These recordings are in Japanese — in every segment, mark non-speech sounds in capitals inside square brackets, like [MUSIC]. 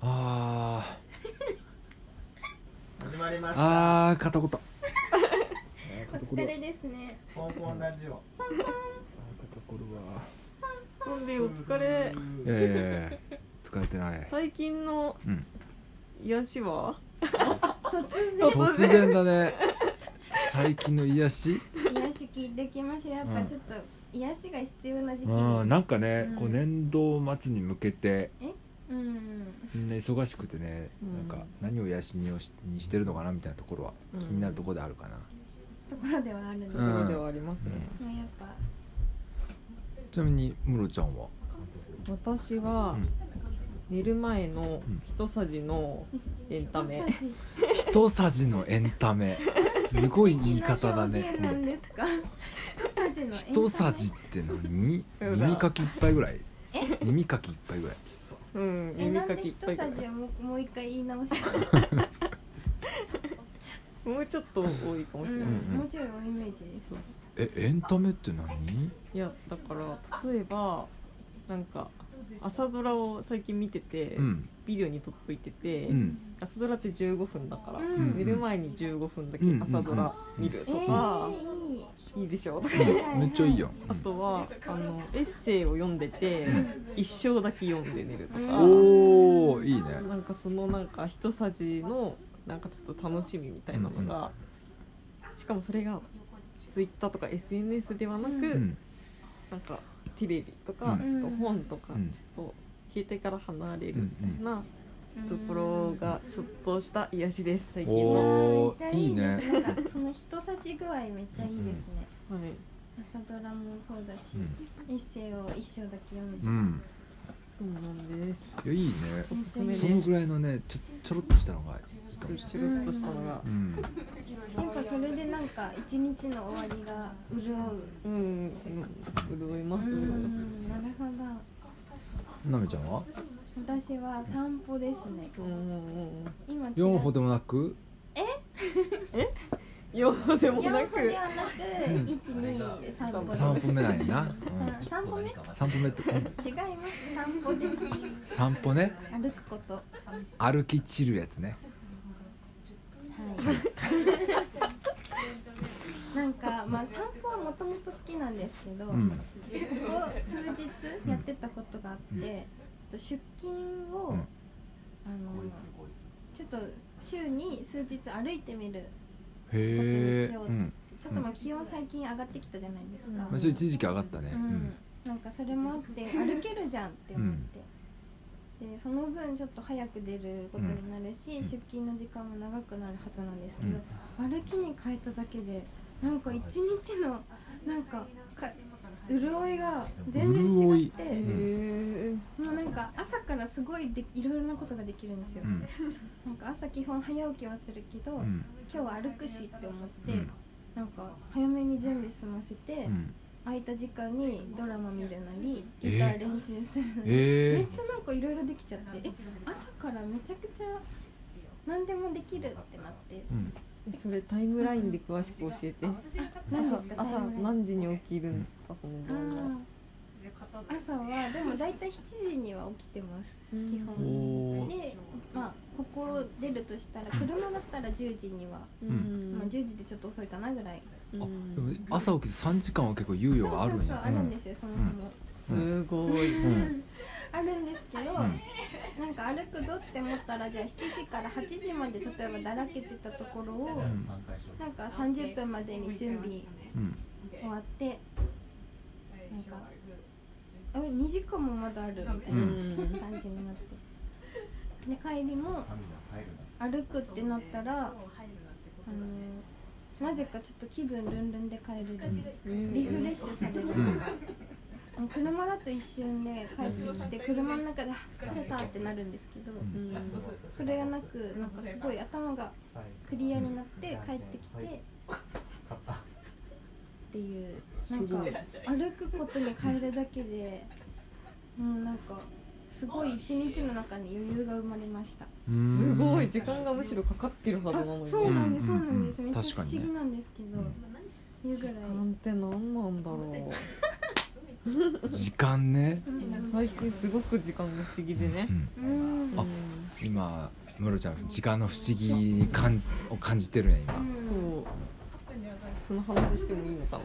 あ始まりまーしたあー片言お疲れですね。ポンポンラジオ飲んでお疲れいやいやいや疲れてない最近のうん癒しは突然だね最近の癒し癒し聞いてきました。やっぱちょっと癒しが必要な時期うに。んなんかねうんこう年度末に向けてうん。みんな忙しくてねうんなんか何を癒しにをしにしてるのかなみたいなところはうん気になるところであるかなところではあるんですけとど。こもろではありますね、うやっぱちなみにムロちゃんは私うはん寝る前のうん一さじのエンタメ、人差し一さじのエンタメすごい言い方だ素ね敵な表現なんですか。うん人一ささじじって何うん耳かき一杯ぐらい耳かき一杯ぐらいうのエンん、タメ。え、耳なんかできいっ一ぱいかさらじをもうもう一回言い直した。もうちょっと多いかもしうれんない、んもうちょいおイメージです。そうえエンタメって何いやだから例えばなんか朝ドラを最近見てて、うんビデオに撮っといてて、うん朝ドラって15分だから、うん寝る前に15分だけうん朝ドラ見るえとか、ー、いい。いいでしょとか [LAUGHS] うんめっちゃいいやんあとはあのエッセイを読んでて、一生だけ読んで寝るとうんか、おおいいねなんかそのなんか一さじのなんかちょっと楽しみみたいなのが、しかもそれがツイッターとか SNS ではなく、ううんなんかテレビとか、うんちょっと本とか、うんちょっと携帯から離れるみたいなうんところ。がちょっとした癒しです最近あの、はおーーめっちゃいいねい。なんかその人さじ具合めっちゃいいですね。い、朝ドラもそうだうし、ん一世を一生だけ読むし、うんそうなんですいやいいねおすすめそでのすぐらいのねちょちょろっとしたのがいいかもしれないちょろっとしたのがう、んやっぱそれでなんか一日の終わりが潤う。うん、うん、潤いまうす、ん、なるほど。なめちゃんは私は散歩ですね。うんうんうん今ちら4歩でもなくようでもな四歩くではなく一二三歩です。 3歩目なんやな、うん散歩目？違いうん、3歩目って、うん、ます。散歩です。散歩ね歩くこと。は歩き散るやつねい。なんかまあ散歩はもともと好きなんですけど。うんここ数日やってたことがあって、うんちょっと出勤を、うんあのちょっと週に数日歩いてみるへえうんちょっとまあ気温最近上がってきたじゃないですか、まあそう一時期上がったねうんなんかそれもあ [LAUGHS] って歩けるじゃんって思って、でその分ちょっと早く出ることになるし、うん出勤の時間も長くなるはずなんですけうどん、歩きに変えただけでなんか一日のなんかか潤いが全然違って。へーもうなんか朝からすごいでいろいろなことができるんですよ、うんなんか朝基本早起きはするけど、うんうん今日は歩くしって思って、うんなんか早めに準備済ませて、うん空いた時間にドラマ見るなりえーギター練習するなり、めえっちゃなんかいろいろできちゃってえ朝からめちゃくちゃ何でもできるってなってーうんそれタイムラインで詳しく教えて何で朝すか朝何時に起きるんですかそのタイム動ライ画ンあー朝はでも大体7時には起きてます基お本ーで、まあ、ここを出るとしたら車だったら10時には、うんまあ、ん10時でちょっと遅いかなぐらいうんでも朝起きて3時間は結構猶予があるんそうそうそうやあるんですよ、そもそも、すごいうんうんあるんですけど、うんなんか歩くぞって思ったらじゃあ7時から8時まで例えばだらけてたところを、うんなんか30分までに準備うん終わってなんかあ2時間もまだあるみたいなううんん感じになってで帰りも歩くってなったら、あのーなぜかちょっと気分ルンルンで帰れる、うんリフレッシュされる、うんあの車だと一瞬で帰ってきて車の中であ「疲れた」ってなるんですけど、んうんそれがなくなんかすごい頭がクリアになって帰ってきてっていうなんか歩くことに変えるだけでもうなんかすごい一日の中に余裕が生まれましたうんすごい時間がむしろかかってるはずあなのにそうなんですうそんうなんですうんめっちゃ不思議確かにねなんですけどうんいうぐらいなんて何なんだろう時間ね、最近すごく時間が不思議でねう、ん、うんあ今ムロちゃん時間の不思議に感を感じてるねう今うんんそうその話してもいいのか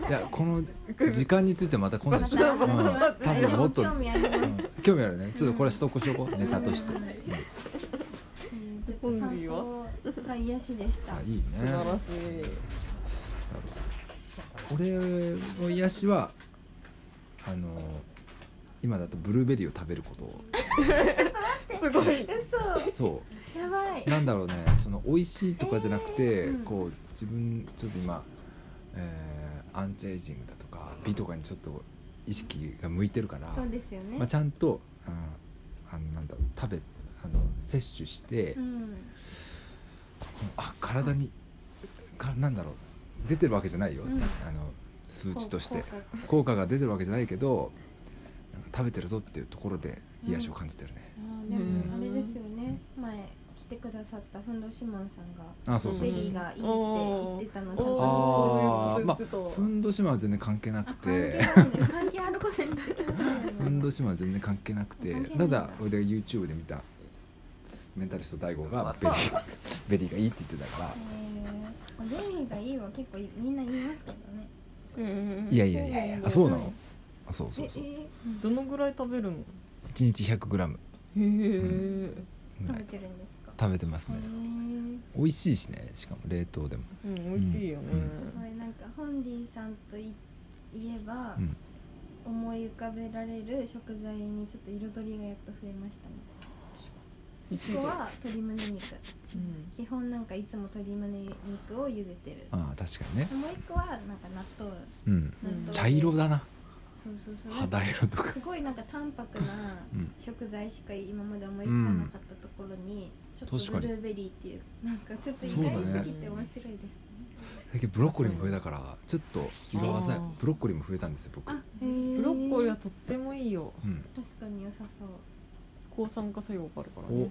ないやこの時間についてまた今度にしよう、、そううん多分もっと、う興味ありますん、興味あるねちょっとこれストックしとこうネタとして、うんうんちょっと散歩が癒しでしたあいいね素晴らし俺の癒しはあの今だとブルーベリーを食べることいすごい嘘そやばいうなんだろうねその美味しいとかじゃなくて、うんこう自分ちょっと今、えーアンチエイジングだとか美とかにちょっと意識が向いてるから、そうですよねまあ、ちゃんと、うん、あのなんだろう食べあの摂取して、うんあ体にかなんだろう出てるわけじゃないよ、うん確かあの数値として効果効果が出てるわけじゃないけどなんか食べてるぞっていうところで癒しを感じてるね、あーでもうんあれですよね前来てくださったふんどしマンさんがあそうそうベそリうそうーがいいって言ってたのちゃんと実行してあーまあふんどしまは全然関係なあく関係てないね関係あることにしてくださいふんどしまは全然関係なくて関係ないたんだだ俺が YouTube で見たメンタリスト DAIGO がベリー [LAUGHS] ベリーがいいって言ってたからえーベリーがいいは結構みんな言いますけどねいやいやいやいやあそうなのあそうそうそうええどのぐらい食べるのへ1日 100g ぐらい食べてるんですえか食べてますへねー美味しいしねしかも冷凍でもうん美味しいよねこれなんかホンディさんとい言えばうん思い浮かべられる食材にちょっと彩りがやっと増えましたね美味し一いじ個ゃんは鶏胸肉うん基本なんかいつも鶏胸肉を茹でてるああ確かにねもう一個はなんか納豆うん納豆茶色だなそうそうそう肌色と [LAUGHS] かすごいなんか淡白なうん食材しか今まで思いつかなかったところに、ちょっ確とかブにルーベリーっていうなんかちょっと意そうだ外ねすぎて面白いですね最近ブロッコリーも増えたからちょっと色鮮やあーブロッコリーも増えたんですよ僕、うあん、へーブロッコリーはとってもいいよ確かに良さそう、抗酸化作用があるからおねよ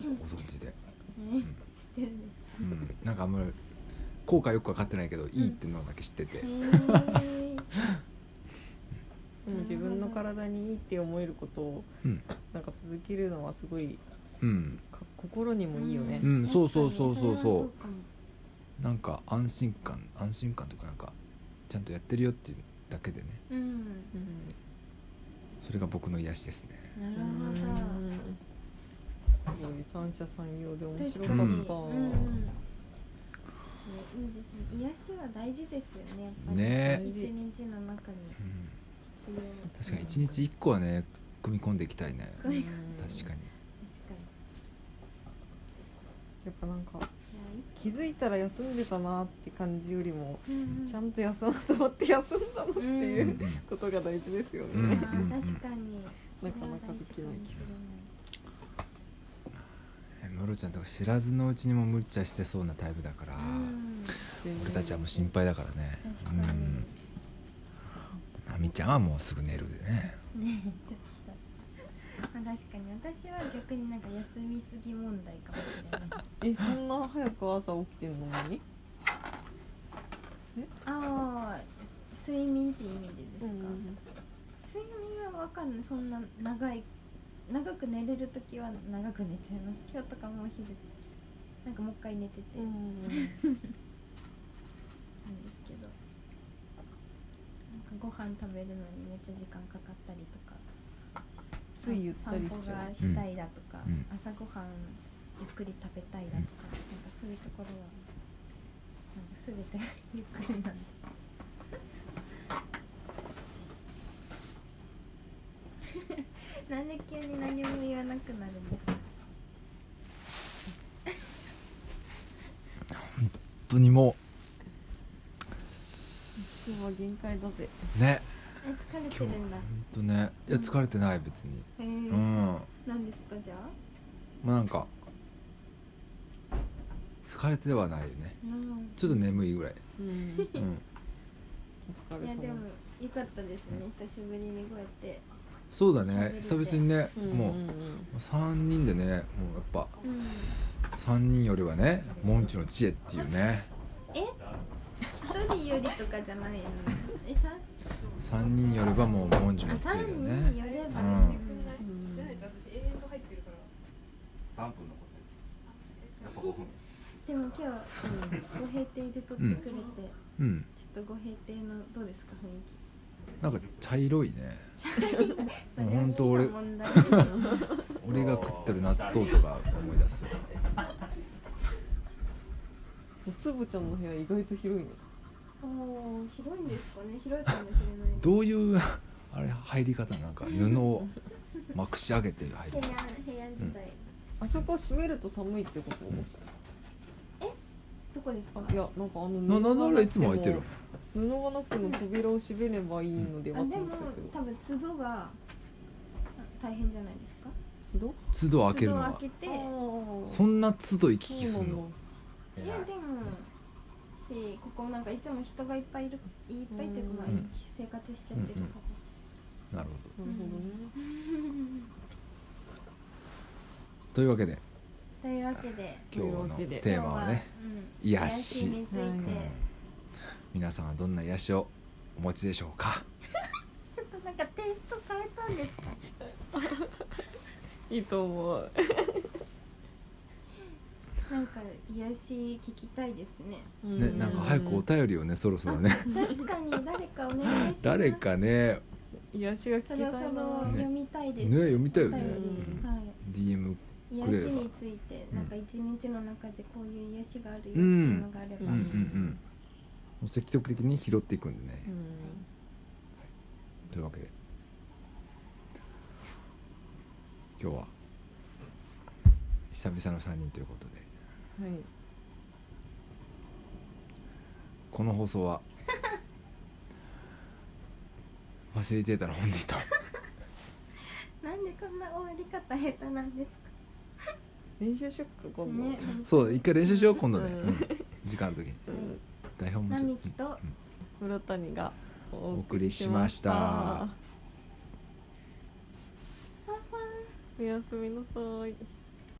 くご存知で、えー、知ってるんですかうん、なんかあんまり効果よく分かってないけどいいってのだけ知ってて、へーでも自分の体にいいって思えることをうんなんか続けるのはすごいうんか心にもいいよねうんそうそうそうそうそう確かにれはかもなんか安心感安心感とかなんかちゃんとやってるよっていうだけでねうんうんそれが僕の癒しですねなるすごい三者三様でほど面確白かかに、った、うんうんねいいですね癒しは大事ですよねやっぱりねえ一日の中にうん必要確かに1日1個はね組み込んでいきたいねうん確かに確かにやっぱなんかいやいい気づいたら休んでたなって感じよりもちゃんんと休ませまって休んだなってういんうううんことが大事ですよね、うん確かになかなかできないけどえムロちゃんとか知らずのうちにも無茶してそうなタイプだから、俺たちはもう心配だからね確うかにんあみちゃんはもうすぐ寝るでねうんねちょっとまあ確かに私は逆になんか休みすぎ問題かもしれないえそんな早く朝起きてんのにああ睡眠って意味でですか、睡眠はわかんないそんな長い長く寝れる時は長く寝ちゃいます今日とかもう昼なんかもう一回寝ててうなんんですけどなんかご飯食べるのにめっちゃ時間かかったりとかついゆったりし散歩ちゃがうしたいだとか、うんうん朝ごはんゆっくり食べたいだとか、なんかそういうところはなんか全てゆっくりなんでなんで急に何も言わなくなるんですか本当にも今日は限界だぜうねえ疲れてるんだ本当ねいや疲れてない別にへえうんーまなんですかじゃああなんか疲れてはないよねうんちょっと眠いぐらい、うんうんお疲いれや様でも良かったですね久しぶりにこうやってそうだね久喋れて々にね、うんもううん3人でねもうやっぱうん3人よりはねモンチュの知恵っていうね [LAUGHS] 一人よりとかじゃないのえさ3人よればもう文字もあつい三よ人にねよればうんしてくんない、うんじゃないと私永遠と入ってるから三分のことやっぱ五分でも今日ご閉店で撮ってくれて、ちょうんっとご閉店のどうですか雰囲気なんか茶色いねそれはほんと俺大きな問題ですよ俺が食ってる納豆とか思い出すおつぼちゃんの部屋意外と広いねああ広いんですかね広いかもしれないどういう [LAUGHS] あれ入り方なんか布をまくし上げて入平る安平安時代、あそこ閉めると寒いってことどこですかあいやなんかあのななならいつも開開いてる布がなくても扉を閉めればいいのではあとで思っもたけど多分都度があ大変じゃないですか一度都度開けるの都は度開けてそんな都度行き来そすうんなんだのいやでもしここなんかいつも人がいっぱいいるいっぱいというか、まあうん生活しちゃってるかなるほなるほどねどというわけでら、というわけで今日のというわけでテーマはね、今日はうん、癒しについて、はいうん皆さんはどんな癒しをお持ちでしょうかちょっとなんかテイスト変えたんですいいと思うなんか癒し聞きたいですねねなんか早くお便りをねそろそろね確かに誰かお願いします [LAUGHS] 誰かね癒しが聞きそたいろなそろ読みたいです、ね読みたいよね、はいうんはい DM 癒しくれればについてなんか一日の中でこういう癒しがあるよってういんうのがあれば、うんうんうんもう積極的に拾っていくんでね、うんというわけで今日は久々の3人ということではい、この放送 [LAUGHS] はファシリテーターの本人となんでこんな終わり方下手なんです練習しよっかか今度、ねそう一回練習しよう今度ね、うんうん時間の時にうん、台本もちょ並っと木と室谷がお送りしましたお送りしましたおやすみなさい。